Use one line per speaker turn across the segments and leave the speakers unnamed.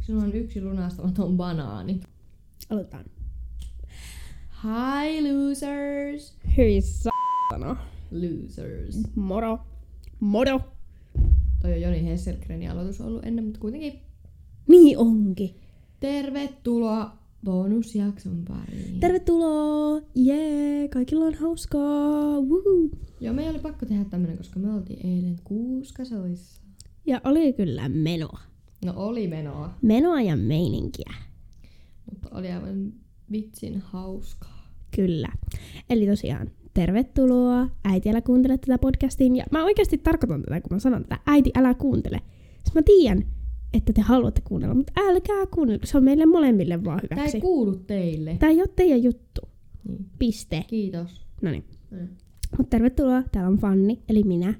Sulla on yksi lunastamaton banaani.
Aloitetaan.
Hi losers!
Hyi saatana.
Losers.
Moro. Moro.
Toi on Joni Hesselgrenin aloitus ollut ennen, mutta kuitenkin
Niin onkin.
tervetuloa bonusjakson pariin.
Tervetuloa. Jee, kaikilla on hauskaa. Woohoo.
Joo, meidän oli pakko tehdä tämmönen, koska me oltiin eilen kuuskasoissa.
Ja oli kyllä menoa.
No oli menoa,
Menoa ja meininkiä.
mutta oli aivan vitsin hauskaa.
Kyllä. Eli tosiaan, tervetuloa. Äiti, älä kuuntele tätä podcastia. Ja mä oikeasti tarkoitan tätä, kun mä sanon tätä. Äiti, älä kuuntele. Siis mä tiedän, että te haluatte kuunnella, mutta älkää kuunnelko. Se on meille molemmille vaan
Tää ei
hyväksi.
kuulu teille.
Tämä ei ole teidän juttu.
Niin.
Piste.
Kiitos.
No niin.
Mm.
Mutta tervetuloa, täällä on Fanni, eli minä,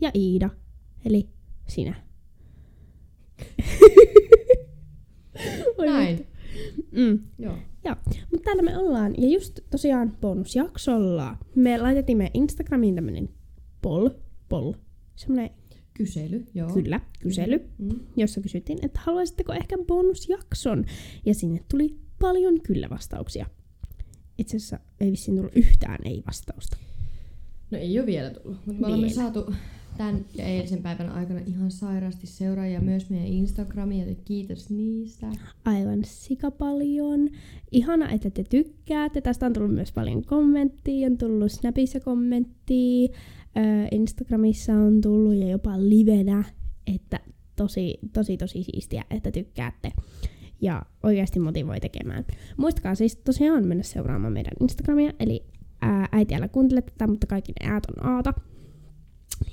ja Iida, eli sinä. Voi
Näin.
vittu. Mm.
Joo.
Mutta täällä me ollaan, ja just tosiaan bonusjaksolla me laitettiin meidän Instagramiin tämmönen pol, pol, semmoinen
Kysely, joo.
kyllä, kysely,
Mm.
jossa kysyttiin, että haluaisitteko ehkä bonusjakson, ja sinne tuli paljon kyllä-vastauksia. Itse asiassa ei vissiin tullut yhtään ei-vastausta.
No ei ole vielä tullut, mutta me olemme
Vielä.
saatu tämän ja eilisen päivän aikana ihan sairaasti seuraajia myös meidän Instagramia, joten kiitos niistä.
aivan sika paljon. Ihana, että te tykkäätte. Tästä on tullut myös paljon kommenttia. On tullut Snapissa kommenttia. Ö, Instagramissa on tullut ja jopa livenä. Että tosi, tosi, tosi siistiä, että tykkäätte. Ja oikeasti motivoi tekemään. Muistakaa siis tosiaan mennä seuraamaan meidän Instagramia. Eli ää, äiti älä kuuntele tätä, mutta kaikki ne äät on aata.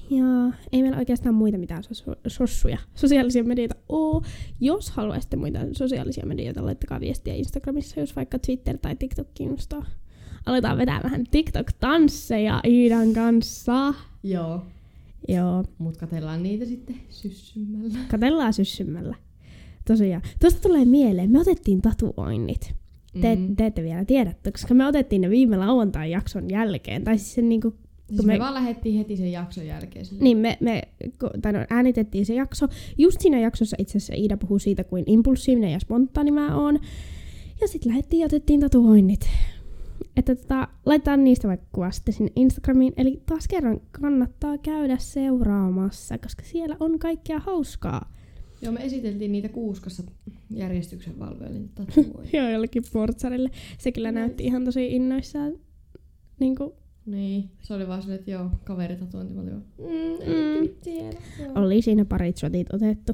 Ja ei meillä oikeastaan muita mitään sos- sossuja, sosiaalisia medioita oo. Jos haluaisitte muita sosiaalisia medioita, laittakaa viestiä Instagramissa, jos vaikka Twitter tai TikTok kiinnostaa. Aletaan vetää vähän TikTok-tansseja Iidan kanssa.
Joo.
Joo,
Mut katellaan niitä sitten syssymmällä.
katellaan syssymmällä. Tosiaan. Tuosta tulee mieleen, me otettiin tatuoinnit. Te,
Mm.
te ette vielä tiedä, koska me otettiin ne viime lauantain jakson jälkeen. Tai siis sen niinku
Siis
kun
me...
me-
vaan lähettiin heti sen jakson jälkeen. Sille.
Niin, me, me ko- tai no, äänitettiin se jakso. Just siinä jaksossa itse asiassa Iida puhuu siitä, kuin impulsiivinen ja spontaani mä oon. Ja sitten lähdettiin ja otettiin tatuoinnit. Että tota, laitetaan niistä vaikka kuva sitten sinne Instagramiin. Eli taas kerran kannattaa käydä seuraamassa, koska siellä on kaikkea hauskaa.
Joo, me esiteltiin niitä kuuskassa järjestyksen valvojelin tatuoja.
Joo, jollekin portsarille. Se kyllä näytti ihan tosi innoissaan. Niin kuin,
niin, se oli vaan silleen, että joo, kaveri tatuointi. Mä olin vaan,
mm,
mm, nyt tiedä. Joo.
oli siinä parit shotit otettu.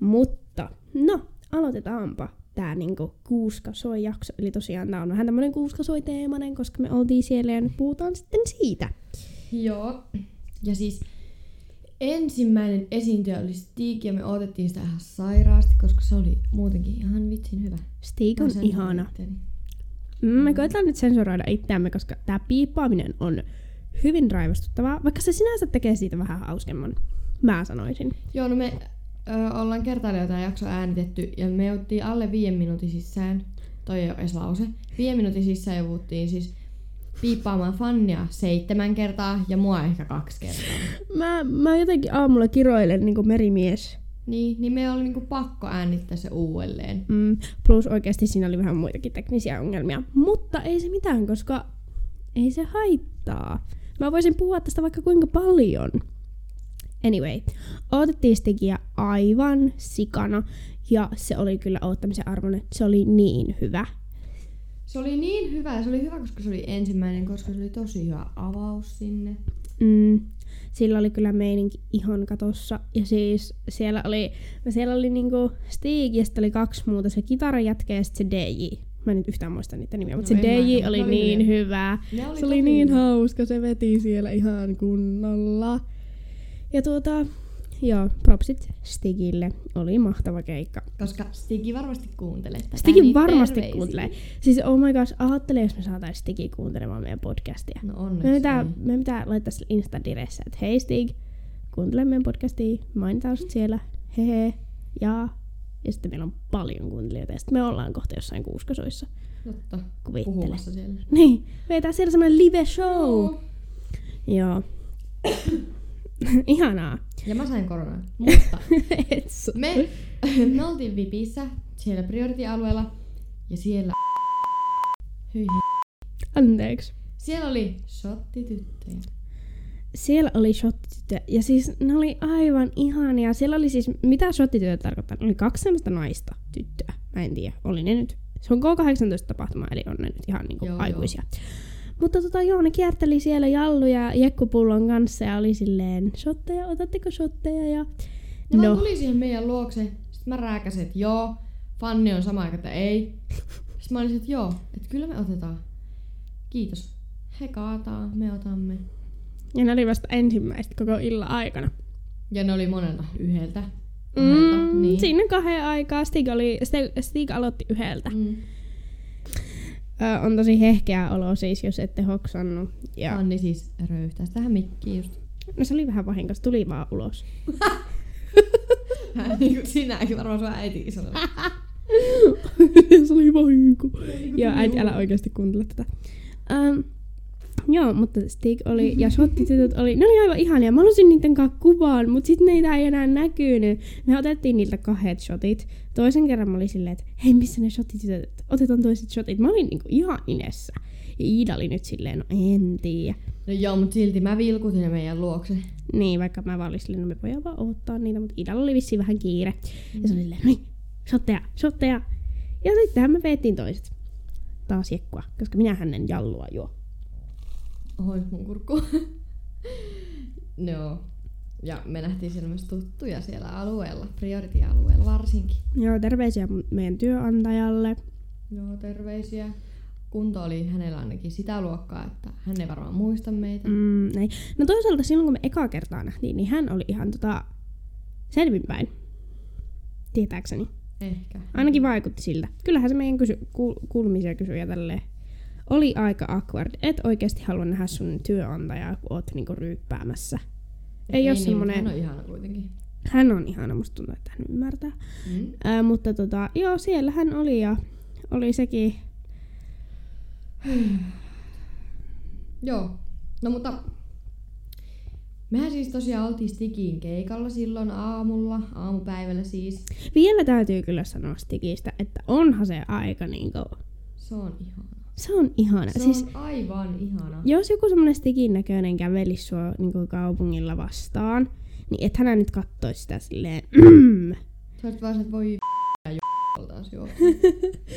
Mutta, no, aloitetaanpa tää niinku kuuskasoi jakso. Eli tosiaan tää on vähän tämmönen kuuskasoi teemainen, koska me oltiin siellä ja nyt puhutaan sitten siitä.
Joo. Ja siis ensimmäinen esiintyjä oli Stig ja me odotettiin sitä ihan sairaasti, koska se oli muutenkin ihan vitsin hyvä.
Stig on
Mä sen
ihana.
onnittelin.
Mm, Me koetaan nyt sensuroida itseämme, koska tää piippaaminen on hyvin raivostuttavaa, vaikka se sinänsä tekee siitä vähän hauskemman. Mä sanoisin.
Joo, no me ö, ollaan kertailla tämä jakso äänitetty ja me ottiin alle viiden minuutin sisään, toi ei ole edes lause, viiden minuutin sisään jouduttiin siis piippaamaan fannia seitsemän kertaa ja mua ehkä kaksi kertaa.
Mä, mä jotenkin aamulla kiroilen niin kuin merimies.
Niin, niin me oli niinku pakko äänittää se uudelleen.
Mm, plus oikeasti siinä oli vähän muitakin teknisiä ongelmia. Mutta ei se mitään, koska ei se haittaa. Mä voisin puhua tästä vaikka kuinka paljon. Anyway, odotettiin Stigia aivan sikana ja se oli kyllä odottamisen arvoinen. Se oli niin hyvä.
Se oli niin hyvä, se oli hyvä, koska se oli ensimmäinen, koska se oli tosi hyvä avaus sinne.
Mm, sillä oli kyllä meininki ihan katossa. Ja siis siellä oli, siellä oli niinku Stig ja sitten oli kaksi muuta, se kitarajätkä ja sitten se DJ. Mä en nyt yhtään muista niitä nimiä, mutta
No
no, se
en mäkään,
DJ
mutta
oli,
ne
oli
oli
niin
hyviä.
hyvä.
Ne
se oli
tosi
niin
hyvä.
hauska, se veti siellä ihan kunnolla. Ja tuota, joo, propsit Stigille. Oli mahtava keikka.
Koska Stigi varmasti kuuntelee tätä.
Stikin
niin
varmasti
terveisiä.
kuuntelee. Siis oh my gosh, ajattele, jos me saatais Stigi kuuntelemaan meidän podcastia.
No
Me
onneksi.
pitää,
ei.
me pitää laittaa sille Insta-diressä, että hei Stig, kuuntele meidän podcastia, mainitaan sut siellä, hehe, ja, ja sitten meillä on paljon kuuntelijoita, ja sitten me ollaan kohta jossain kuuskasoissa,
Totta.
kuvittele.
Puhumassa siellä.
Niin, vetää siellä semmoinen live show. Joo. Ihanaa.
Ja mä sain koronaa. Mutta
Et su-
me, me oltiin Vipissä siellä priority-alueella ja siellä... Hyi he-
Anteeksi.
Siellä oli shottityttöjä.
Siellä oli shottitytöjä. Ja siis ne oli aivan ihania. Siellä oli siis, mitä shottitytöt tarkoittaa? Oli kaksi semmoista naista tyttöä. Mä en tiedä, oli ne nyt. Se on K18-tapahtuma, eli on ne nyt ihan niinku
Joo,
aikuisia. Mutta tota, joo, ne kierteli siellä jalluja jekkupullon kanssa ja oli silleen, shotteja, otatteko shotteja? Ja...
Ne no.
No.
vaan tuli siihen meidän luokse. Sitten mä rääkäsin, että joo. Fanni on sama aikaa, että ei. Sitten mä olisin, että joo, että kyllä me otetaan. Kiitos. He kaataa, me otamme.
ja ne oli vasta ensimmäiset koko illan aikana.
Ja ne oli monena yhdeltä. kahdelta,
Mm, niin. Siinä kahden aikaa Stig, oli, Stig, Stig aloitti yhdeltä.
Mm.
Ö, on tosi hehkeä olo siis, jos ette hoksannut. Ja,
Fanni siis röyhtäisi tähän mikkiin just.
no se oli vähän vahinko, se tuli vaan ulos.
Vähän niin kuin sinä, eikä varmaan sun äiti sanonut.
se oli vahinko. ja äiti, älä oikeasti kuuntele tätä. Um, joo, mutta Stig oli ja shottitytöt oli, ne oli aivan ihania. Mä halusin niiden kanssa kuvaan, mutta sitten niitä ei enää näkynyt. Me otettiin niiltä kahdet shotit. Toisen kerran mä olin silleen, että hei, missä ne shottitytöt? Otetaan toiset shotit. Mä olin niinku ihan inessä. Ja Iida oli nyt silleen, no en tiedä.
No joo, mutta silti mä vilkutin ne meidän luokse.
Niin, vaikka mä vaan olin silleen, no me voidaan vaan odottaa niitä, mutta Idalla oli vissiin vähän kiire. Mm. Ja se oli silleen, no niin, shotteja, shotteja. Ja sittenhän me veettiin toiset. Taas jekkua, koska minä hänen jallua juo.
Oho, nyt mun kurkku. no. Ja me nähtiin siellä myös tuttuja siellä alueella, priority-alueella varsinkin.
Joo, terveisiä mun- meidän työnantajalle.
Joo, terveisiä. Kunto oli hänellä ainakin sitä luokkaa, että hän ei varmaan muista meitä.
Mm, näin. No toisaalta silloin, kun me ekaa kertaa nähtiin, niin hän oli ihan tota selvinpäin. Tietääkseni.
Ehkä.
Ainakin vaikutti siltä. Kyllähän se meidän kysy- kuul- kuulumisia kysyi ja tälleen. Oli aika awkward. Et oikeasti halua nähdä sun työnantajaa, kun oot niinku ryyppäämässä. Ei, ei ole
niin,
semmonen...
mutta Hän on ihana kuitenkin.
Hän on ihana, musta tuntuu, että hän ymmärtää.
Mm.
Ää, mutta tota, joo, siellä hän oli ja oli sekin.
Joo. No mutta mehän siis tosiaan oltiin Stikin keikalla silloin aamulla, aamupäivällä siis.
Vielä täytyy kyllä sanoa Stigistä, että onhan se aika niinku...
Se on ihana.
Se on ihana.
Se
siis,
on aivan ihana.
jos joku semmonen Stigin näköinen kävelisi sua niinku kaupungilla vastaan, niin et hänä nyt kattoisi sitä silleen... "Mm."
Sä olet vaan se, että voi ja j***a taas juo.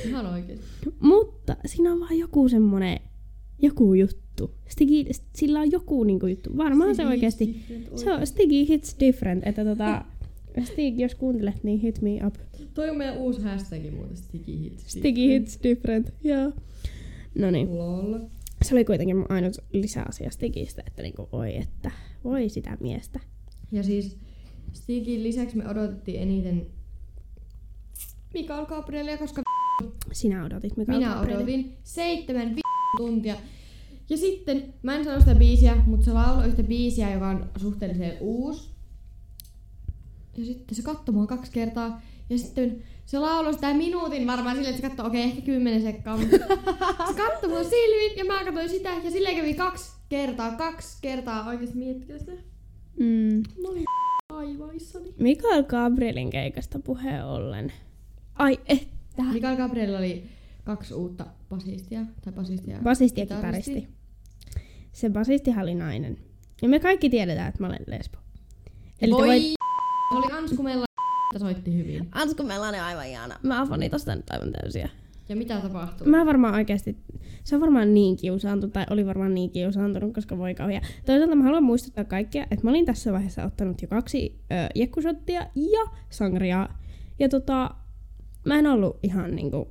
Ihan oikeesti.
Mutta siinä on vaan joku semmonen... Joku juttu. Stigi, sillä on joku niinku juttu. Varmaan se oikeasti Se on Stiggy Hits Different, että tota, Stig, jos kuuntelet, niin hit me up.
Toi on meidän uusi hashtag muuten, Sticky Hits.
Stiggy Hits Different, joo. No niin,
Lol.
se oli kuitenkin mun ainut lisäasia Stigistä, että niinku, oi, että voi sitä miestä.
Ja siis Stigin lisäksi me odotettiin eniten Mikael Gabrielia, koska
Sinä odotit, mikä
Minä odotin seitsemän vi- tuntia. Ja sitten, mä en sano sitä biisiä, mutta se lauloi yhtä biisiä, joka on suhteellisen uusi. Ja sitten se katsoi mua kaksi kertaa. Ja sitten se lauloi sitä minuutin varmaan silleen, että se katsoi, okei, ehkä kymmenen sekkaa. mutta se katsoi mua silmin ja mä katsoin sitä. Ja silleen kävi kaksi kertaa, kaksi kertaa oikeesti miettikö sitä.
Mm.
Mä olin aivaissani.
Mikael Gabrielin keikasta puheen ollen. Ai eh, että.
Mikael Gabriel oli kaksi uutta basistia. Tai basistia.
Basisti ja kitaristi. Se basistihan oli nainen. Ja me kaikki tiedetään, että mä olen lesbo. Eli te
Voi
voit-
voit... oli Anskumella soitti hyvin.
Ansku Melanen on aivan ihana. Mä avon niin tosta nyt aivan täysiä.
Ja mitä tapahtui?
Mä varmaan oikeasti, se on varmaan niin kiusaantunut, tai oli varmaan niin kiusaantunut, koska voi kauhea. Toisaalta mä haluan muistuttaa kaikkia, että mä olin tässä vaiheessa ottanut jo kaksi ö, jekkusottia ja sangriaa. Ja tota, mä en ollut ihan niinku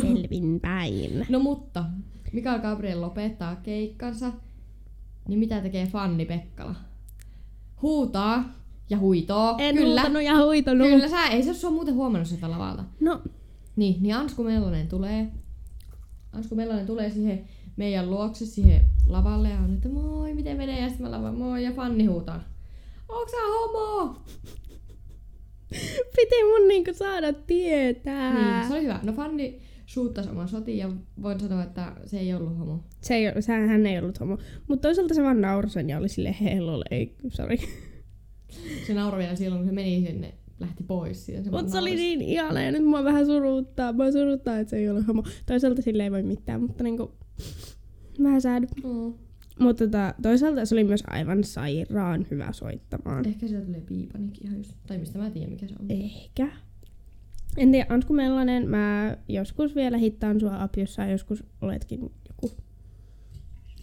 selvinpäin.
No mutta, Mikael Gabriel lopettaa keikkansa, niin mitä tekee Fanni Pekkala? Huutaa ja huitoo.
En
Oh, kyllä,
huutanut ja hoitanut.
kyllä sä, ei se ole muuten huomannut sitä lavalta.
No,
Niin, niin Ansku Mellonen tulee. Ansku Mellonen tulee siihen meidän luokse siihen lavalle ja on, että moi, miten menee? Ja sitten mä lavan, moi, ja Fanni huutaa. Onks sä homo?
piti mun niinku saada tietää.
Niin, se Niin, oli hyvä. No Fanni suuttaisi oman sotiin ja voin sanoa, että se ei ollut homo.
Se ei, ole- sä- hän ei ollut homo. Mutta toisaalta se vaan nauroi sen ja oli silleen, hei lol, ei, sorry.
Se nauroi vielä silloin, kun se meni sinne, lähti pois. siitä.
Mutta se oli
nauroi.
niin ihana ja nyt mua vähän suruttaa. Mua suruttaa, että se ei ole homo. Toisaalta sille ei voi mitään, mutta niinku... Vähän säädy.
No,
Mutta tota, toisaalta se oli myös aivan sairaan hyvä soittamaan.
ehkä sieltä tulee piipanikin ihan just. Tai mistä mä tiedän, mikä se on.
Ehkä. En tiedä, Antku Mellanen, mä joskus vielä hittaan sua up, jos sä joskus oletkin joku.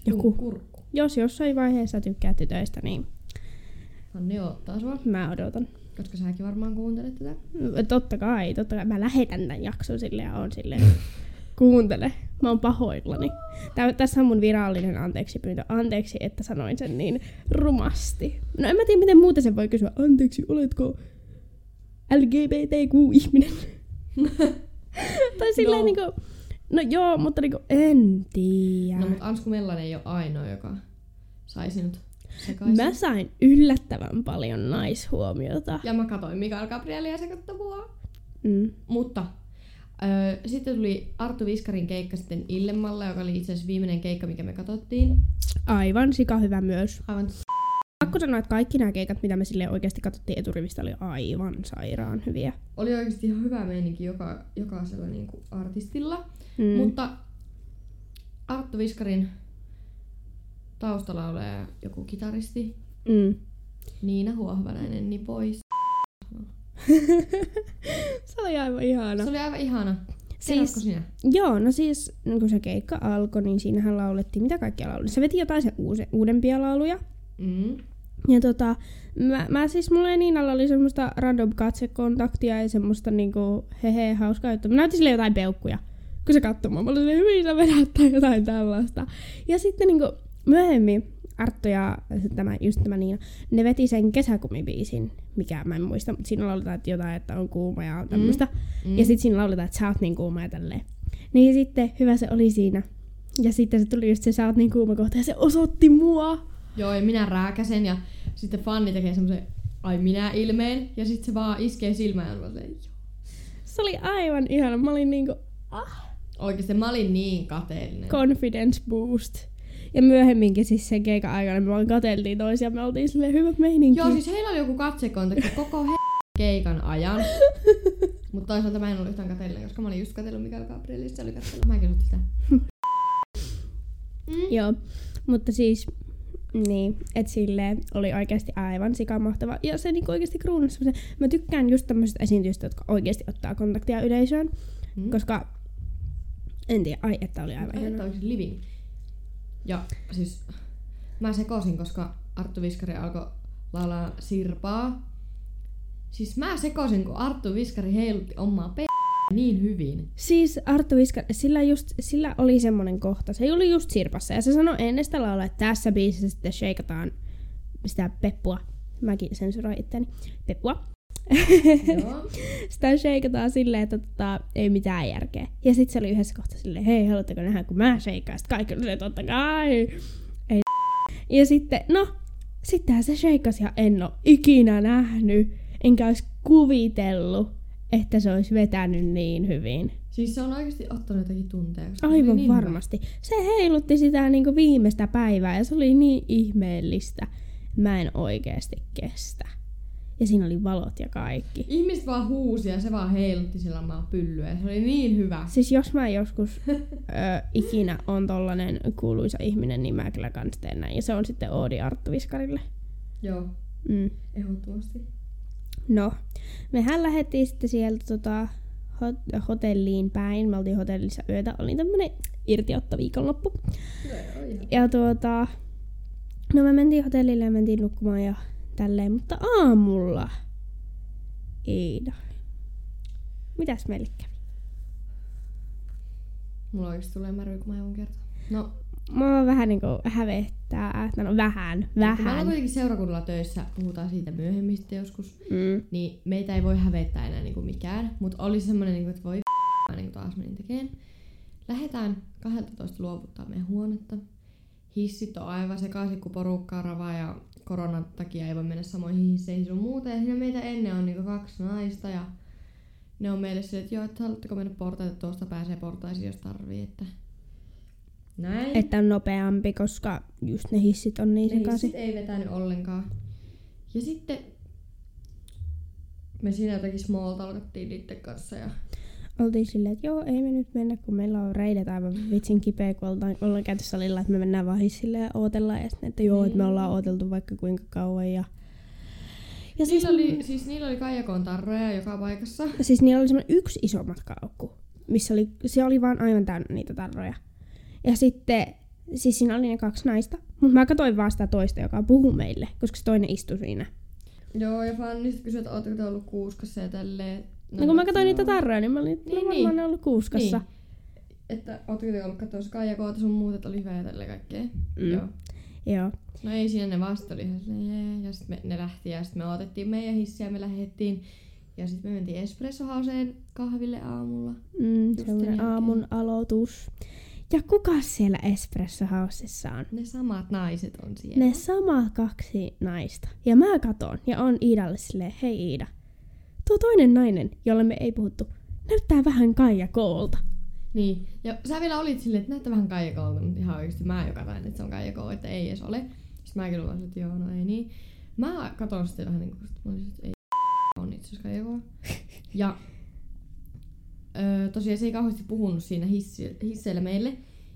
Joku.
Kurkku.
Jos jossain vaiheessa tykkää tytöistä, niin
Anni odottaa sua,
mä odotan.
koska säkin varmaan kuuntelet tätä.
Totta kai, totta kai. Mä lähetän tämän jakson sille ja on silleen, kuuntele, mä oon pahoillani. Tää, tässä on mun virallinen anteeksi pyyntö. Anteeksi, että sanoin sen niin rumasti. No en mä tiedä, miten muuten sen voi kysyä. Anteeksi, oletko LGBTQ-ihminen? tai silleen
No.
no. niinku, no joo, mutta niinku, en tiedä.
No, mutta Ansku Mellanen ei ole ainoa, joka sai sinut sekaisin.
Mä sain yllättävän paljon naishuomiota.
Ja mä katsoin Mikael Gabrielia sekoittavua.
Mm.
Mutta öö, sitten tuli Arttu Viskarin keikka sitten Illemalla, joka oli itse asiassa viimeinen keikka, mikä me katsottiin.
Aivan sika hyvä myös.
Aivan
Pakko sanoa, että kaikki nämä keikat, mitä me sille oikeasti katsottiin eturivistä, oli aivan sairaan hyviä.
oli oikeasti ihan hyvä meininki joka, jokaisella niin kuin artistilla. Mm.
Mm.
Mutta Arttu Viskarin taustalla ole joku kitaristi,
mm.
Niina Huohvanainen, niin pois.
Se oli aivan ihana.
Se oli aivan ihana. Siis...
No. Siis-
sinä?
Joo, no siis niin kun se keikka alkoi, niin siinähän laulettiin, mitä kaikkia lauluja. Se veti jotain se uusi, uudempia lauluja.
Mm.
Ja tota, mä, mä siis mulla ja Niinalla oli semmoista random katsekontaktia ja semmoista niinku hehe hauskaa juttu. Mä näytin sille jotain peukkuja, kun se katsoi mua. Mä olin silleen, hyvin sä vedät tai jotain tällaista. Ja sitten niinku myöhemmin Arttu ja se tämä, just tämä Niina, ne veti sen kesäkumibiisin, mikä mä en muista, mutta siinä lauletaan että jotain, että on kuuma ja tämmöistä. Mm. Ja sitten siinä lauletaan, että sä oot niin kuuma ja tälleen. Niin sitten hyvä se oli siinä. Ja sitten se tuli just se sä oot niin kuuma kohta ja se osoitti mua.
Joo, ja minä rääkäsen ja sitten fanni tekee semmoisen ai minä ilmeen ja sitten se vaan iskee silmään ja mä olin, "Joo."
Se oli aivan ihana. Mä olin niinku ah,
Oikeesti mä olin niin kateellinen.
confidence boost. Ja myöhemminkin siis sen keikan aikana me vaan katseltiin toisia. Me oltiin silleen hyvä meininki.
Joo, siis heillä oli joku katsekontakti koko he... keikan ajan. Mutta toisaalta mä en ollut yhtään kateellinen, koska mä olin just katsellut Mikael Gabrielista, se oli katsellut. Mäkin otin sitä. Mm.
Joo. Mutta siis niin, että sille oli oikeasti aivan sikamahtava. Ja se niinku oikeasti kruunasi semmosen. Mä tykkään just tämmöisistä esiintyjistä, jotka oikeasti ottaa kontaktia yleisöön.
Mm.
Koska en tiedä, ai että oli aivan
Aiheuttaa
ihana.
oikeesti living. Ja siis mä sekoisin, koska Arttu Viskari alkoi laulaa sirpaa. Siis mä sekoisin, kun Arttu Viskari heilutti omaa p***ä niin hyvin.
Siis Arttu Viska, sillä, just, sillä oli semmoinen kohta. Se oli just Sirpassa ja se sanoi ennen sitä laulaa, että tässä biisissä sitten sheikataan sitä peppua. Mäkin sensuroin itteni. Peppua.
Joo.
Sitä sheikataan silleen, että tota, ei mitään järkeä. Ja sitten se oli yhdessä kohtaa silleen, hei, haluatteko nähdä, kun mä sheikaan? Sitten kaikki oli silleen, totta kai. Ei. Ja sitten, no, sittenhän se sheikas ja en oo ikinä nähnyt. Enkä olisi kuvitellut, että se olisi vetänyt niin hyvin.
Siis se on oikeasti ottanut jotakin tunteja. koska se oli
Aivan
niin
niin varmasti. Se heilutti sitä niin kuin viimeistä päivää ja se oli niin ihmeellistä. Mä en oikeasti kestä. Ja siinä oli valot ja kaikki.
hyvä. Ihmiset vaan huusi ja se vaan heilutti sillä omaa pyllyä. Se oli niin hyvä.
Siis jos mä joskus ö, ikinä on tollanen kuuluisa ihminen, niin mä kyllä kans teen näin. Ja se on sitten Oodi Arttu Viskarille.
Joo,
Mm.
ehdottomasti.
No, mehän lähdettiin sitten sieltä tota, hot- hotelliin päin. Me oltiin hotellissa yötä. Oli tämmönen irtiotto viikonloppu. Ja tuota, no me mentiin hotellille ja mentiin nukkumaan ja tälleen, mutta aamulla, Iida, mitäs meille kävi?
Mulla oikeesti tulee märy, kun mä joudun kertoa. No,
Mua vähän niinku hävettää, tai no vähän,
kun mä olen
vähän.
kuitenkin seurakunnalla töissä, puhutaan siitä myöhemmin sitten joskus.
Mm.
niin meitä ei voi hävettää enää niinku mikään, mutta oli semmoinen, niinku, että voi f- niinku taas menin tekeen. Lähetään 12 luovuttaa meidän huonetta. Hissit on aivan sekaisin, kun porukkaa ravaa ja koronan takia ei voi mennä samoihin hisseihin sun muuta. Ja siinä meitä ennen on niinku kaksi naista ja ne on meille silleen, että joo, että haluatteko mennä portaita, tuosta pääsee portaisiin, jos tarvii, että näin.
Että on nopeampi, koska just ne hissit on niin
Ei,
sekaisin.
sit ei vetänyt ollenkaan. Ja sitten me siinä jotakin small talkattiin niiden kanssa ja
Oltiin silleen, että joo, ei me nyt mennä, kun meillä on reidet aivan vitsin kipeä, kun ollaan, ollaan käyty salilla, että me mennään vaan hissille ja ootellaan. Ja sitten, että joo, että me
Niin.
ollaan ooteltu vaikka kuinka kauan. Ja, ja siis,
niillä oli, siis niillä oli Kaijakoon tarroja joka paikassa.
siis niillä oli semmoinen yksi iso matkaaukku, missä oli, se oli vaan aivan täynnä niitä tarroja. Ja sitten, siis siinä oli ne kaksi naista, mutta mä katsoin vaan sitä toista, joka puhui meille, koska se toinen istui siinä.
Joo, ja fannista kysyi, että ootteko te ollut kuuskassa ja tälleen.
No, kun mä katsoin
joo.
niitä tarroja, niin mä olin, että
Niin,
niin,
niin.
niin. ollut kuuskassa.
Niin. Että ootteko te ollut katsomassa Kaijakoota sun muut, että oli hyvä ja tälleen kaikkea.
Mm.
Joo.
Joo.
No ei siinä ne vasta oli ihan silleen, jee. ja sitten ne lähti ja sitten me otettiin meidän hissiä, me lähdettiin ja sitten me mentiin espressohauseen kahville aamulla. sen
Mm, semmoinen
jälkeen.
aamun aloitus. Ja kuka siellä Espresso Housessa on?
Ne samat naiset on siellä.
Ne sama kaksi naista. Ja mä katon ja on Iidalle silleen, hei Iida. Tuo toinen nainen, jolle me ei puhuttu, näyttää vähän Kaija Koolta.
Niin. Ja sä vielä olit silleen, että näyttää vähän Kaijakolta, mutta ihan oikeesti mä jo katsoin, että se on Kaijakoo, että ei edes ole. Sitten mäkin luulen, että joo, no ei niin. Mä katson sitten vähän niin kuin, että mä olin, että ei on itse asiassa Kaijakoo. Ja öö, tosiaan se ei kauheasti puhunut siinä hissi, hisseillä meille.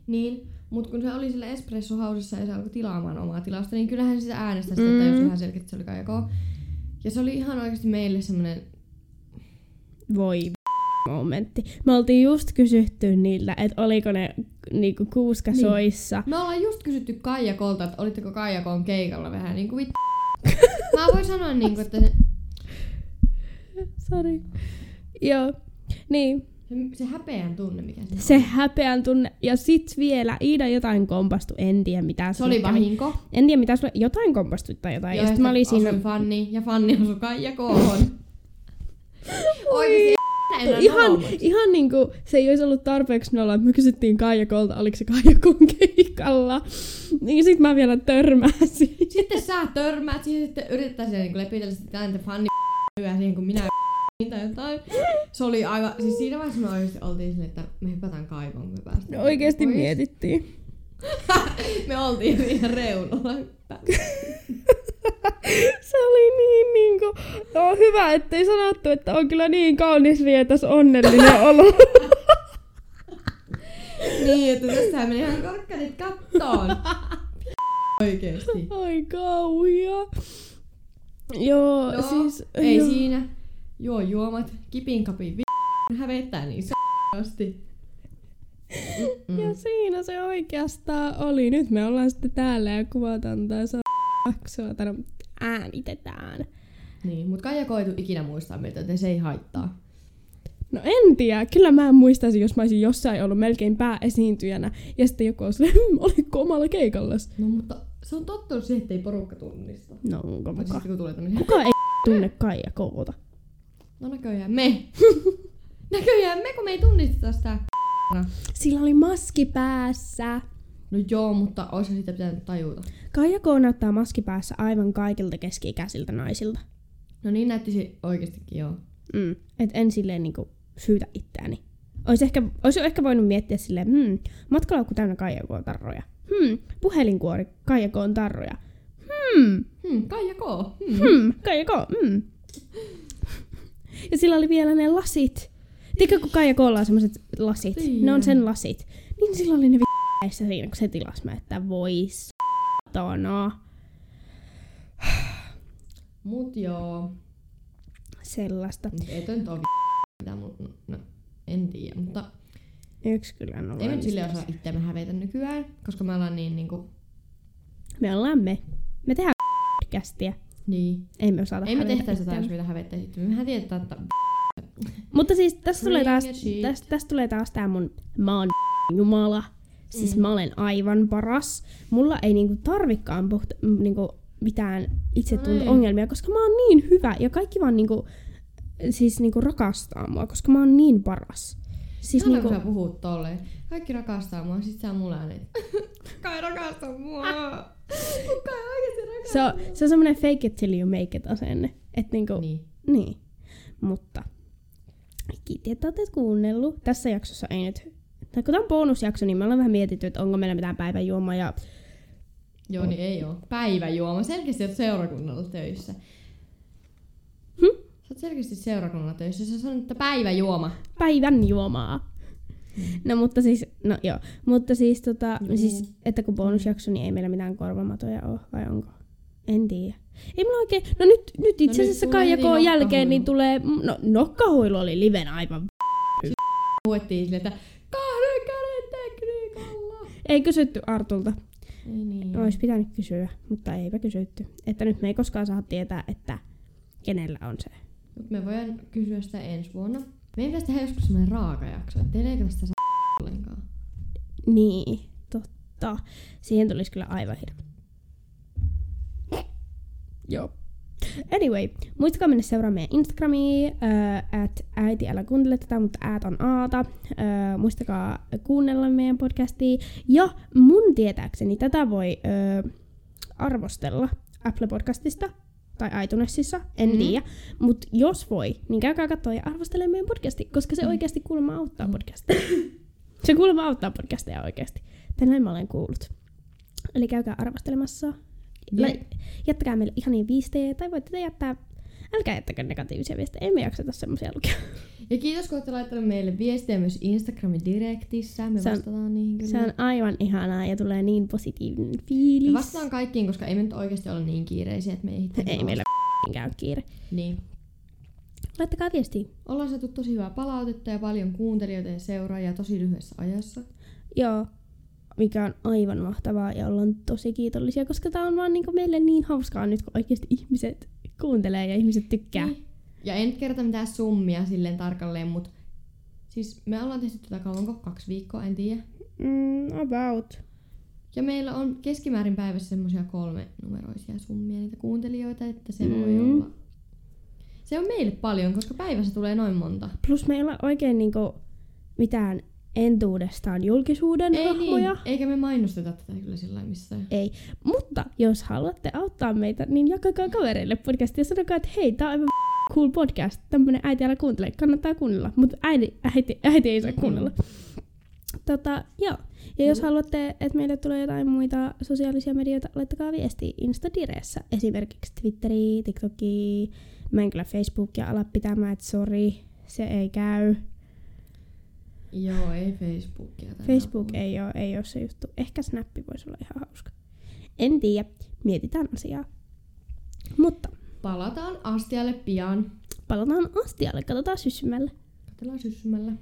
Niin, mutta kun se oli sillä espresso hausessa ja se alkoi tilaamaan omaa tilausta, niin kyllähän se sitä äänestä sitten, mm.
Mm.
jos vähän selkeä, että se oli Kaijakoo. Ja se oli ihan oikeasti meille semmoinen
Voi v- momentti. Me oltiin just kysytty niillä, että oliko ne niinku kuuskasoissa.
Me ollaan just kysytty Kaijakolta, että olitteko Kaijakoon keikalla vähän niin kuin vittu. Mä voin sanoa niin kuin, että se,
Sori. Joo. Niin,
se- se häpeän tunne, mikä se,
se häpeän tunne. Ja sit vielä Iida jotain kompastu, en tiedä mitä.
se oli
sulle kävi.
vahinko.
En tiedä, mitä sulle jotain kompastui tai jotain. Ja, ja sitten mä olin siinä...
Fanni, ja Fanni osui Kaijakoon. Oikeesti ei enää
Ihan,
normaali.
ihan niin kuin se ei olisi ollut tarpeeksi nolla, että me kysyttiin Kaijakolta, oliko se Kaijakon keikalla. Niin sit mä vielä törmäsin.
Sitten sä törmäät siihen, sitten yrittää siellä niin lepitellä sitä ääntä Fanni hyvää siihen, kun minä tai jotain. Se oli aivan, siis siinä vaiheessa me oikeesti oltiin silleen, että me hypätään kaivoon, kun me päästään.
No Oikeesti
pois.
mietittiin.
Me oltiin ihan reunalla hyppäämässä.
Se oli niin niinku... No hyvä, ettei sanottu, että on kyllä niin kaunis vietäs onnellinen olo.
Niin, että tässähän meni ihan korkkarit kattoon. Oikeesti.
Ai kauhia. Joo,
No,
siis...
Ei
joo.
siinä. Juo juomat, kipin kapin vi- hävettää niin s***asti. Mm-mm.
Ja siinä se oikeastaan oli. Nyt me ollaan sitten täällä ja kuvataan tää sa- jaksoa, tai no, äänitetään.
Niin, mut Kaija koitu ikinä muistaa meitä, joten se ei haittaa.
No en tiedä, kyllä mä muistaisin, jos mä olisin jossain ollut melkein pääesiintyjänä, ja sitten joku olisi silleen, "Hmm, olitko omalla keikallas?
No mutta se on tottunut siihen, ettei porukka tunnista.
No onko
Mutta
muka?
sitten kun tulee tämmöinen,
Kuka ei tunne Kaija Koota?
no näköjään me. näköjään me, kun me ei tunnisteta sitä
Sillä oli maski päässä.
No joo, mutta olisi sitä pitänyt tajuta.
Kaija K näyttää maski päässä aivan kaikilta keski-ikäisiltä naisilta.
No niin näytti se oikeastikin joo.
Mm. Et en silleen niinku syytä itseäni. Olisi ehkä, olisi ehkä voinut miettiä silleen, hmm, matkalaukku täynnä kaijakoon tarroja. Hmm, puhelinkuori, kaijakoon tarroja. Hmm,
Hmm, Kaija K. Hmm.
hmm, kaijako, hmm. Ja sillä oli vielä ne lasit. Tiedätkö, kun kaijakoolla on semmoiset lasit, ne
Tiedän.
on sen lasit. Niin sillä oli ne vittuissa siinä, kun se tilas mä, että voi satana.
Mut joo.
Sellaista.
Mut ei toi nyt oo vi- mitä mun, no, en tiedä, mutta
Yksi kyllä on
ei nyt sille osaa itseämme hävetä nykyään, koska me ollaan niin niinku,
Me ollaan me. Me tehdään podcastia.
niin,
Ei me osata
ei me
hävetä
tehtäisi jotain,
mitään.
jos meitä hävettäisi, sitten mehän tiedetään, että
Mutta siis tässä tulee
Bring
taas,
your shit.
tästä, tästä tulee taas tää mun mä oon jumala. Siis mm. mä olen aivan paras. Mulla ei niinku tarvikkaan puhta, m, niinku mitään
No niin.
itsetunto ongelmia, koska mä oon niin hyvä ja kaikki vaan niinku, siis niinku rakastaa mua, koska mä oon niin paras. Siis
siis niinku...
niinku,
kun sä puhut tolleen, kaikki rakastaa mua, sit sä mulle äänet, kuka ei rakasta mua, kuka ei oikeesti rakasta
se, on, se on semmonen fake it till you make it asenne. Et niinku,
Niin,
Niin, mutta Kiitti, että olette kuunnellut. Tässä jaksossa ei nyt... Tai kun tämä on bonusjakso, niin me ollaan vähän mietitty, että onko meillä mitään päiväjuomaa ja
Joo, niin ei oo. Päiväjuoma. Selkeästi oot seurakunnalla töissä.
Hm?
Sä oot selkeästi seurakunnalla töissä. Sä sanoit, että päiväjuoma.
päivän juomaa.
Mm.
No mutta siis, no joo, mutta siis tota,
Juu.
siis, että kun bonusjakso, niin ei meillä mitään korvamatoja ole, vai onko? En tiedä. Ei mulla oikein, no nyt, nyt itse
nyt
asiassa no,
tulee heti
Kaijakoon jälkeen,
nokkahuilu.
niin tulee, no nokkahuilu oli liven aivan.
Puhuttiin sille, että kahden käden tekniikalla.
Ei kysytty Artulta,
Ei niin.
olisi pitänyt kysyä, mutta eipä kysytty. Että nyt me ei koskaan saa tietää, että kenellä on se.
Mut me voidaan kysyä sitä ensi vuonna. Meidän pitäisi tehdä joskus semmonen raakajakso, että ei leikata sitä s- ollenkaan.
Niin, totta. Siihen tulisi kyllä aivan hirveä. Joo. Anyway, muistakaa mennä seuraamaan meidän Instagramia, uh, at äiti älä kuuntele tätä, mutta at on aata. Uh, muistakaa kuunnella meidän podcastia. Ja mun tietääkseni tätä voi uh, arvostella Apple Podcastista tai iTunesissa, en
Mhm.
mm-hmm. tiedä. Mutta jos voi, niin käykää katsoa ja arvostele meidän podcasti, koska
Mm.
se oikeasti kuulemma auttaa podcastia. se kuulemma auttaa podcasteja oikeasti. Tänään mä olen kuullut. Eli käykää arvostelemassa.
Jep.
Jep. Jättäkää meille ihania viistejä, tai voitte te jättää, älkää jättäkö negatiivisia viestejä, emme jakseta semmoisia lukea.
Ja kiitos, kun olette laittaneet meille viestejä myös Instagramin direktissä. Me
Se on-
vastataan niihin kyllä.
Se on aivan ihanaa ja tulee niin positiivinen
Me
fiilis.
vastaan kaikkiin, koska ei me nyt oikeasti olla niin kiireisiä, että me ei ehditä
Ei
vastata.
meillä käy kiire.
Niin.
Laittakaa viestiä.
Ollaan saatu tosi hyvää palautetta ja paljon kuuntelijoita ja seuraajia tosi lyhyessä ajassa.
Joo, mikä on aivan mahtavaa ja ollaan tosi kiitollisia, koska tämä on vaan niinku meille niin hauskaa nyt, kun oikeasti ihmiset kuuntelee ja ihmiset tykkää.
Niin. Ja en nyt kerta mitään summia silleen tarkalleen, mutta siis me ollaan tehty tätä kauanko? Kaksi viikkoa, en tiedä.
Mm, about.
Ja meillä on keskimäärin päivässä semmoisia kolme numeroisia summia niitä kuuntelijoita, että se mm. voi
Mm.
olla. Se on meille paljon, koska päivässä tulee noin monta.
Plus me ei ole oikein niinku mitään entuudestaan julkisuuden
Ei
hahmoja.
niin, eikä me mainosteta tätä kyllä sillä lailla missään.
Ei, mutta jos haluatte auttaa meitä, niin jakakaa kavereille podcastia ja sanokaa, että hei, tää on aivan cool podcast. Tämmönen äiti älä kuuntele, kannattaa kuunnella, mutta äiti, äiti, äiti ei saa kuunnella. Tota, joo. Ja jos haluatte, että meille tulee jotain muita sosiaalisia medioita, laittakaa viesti Instadireessä. Esimerkiksi Twitteri, TikToki, mä en kyllä Facebookia ala pitämään, että sori, se ei käy.
Joo, ei Facebookia. tänä
Facebook
vuonna.
ei ole, ei ole se juttu. Ehkä Snappi voisi olla ihan hauska. En tiedä. Mietitään asiaa. Mutta
Palataan astialle pian.
palataan astialle. Katsotaan syssymällä.
Katsellaan syssymällä.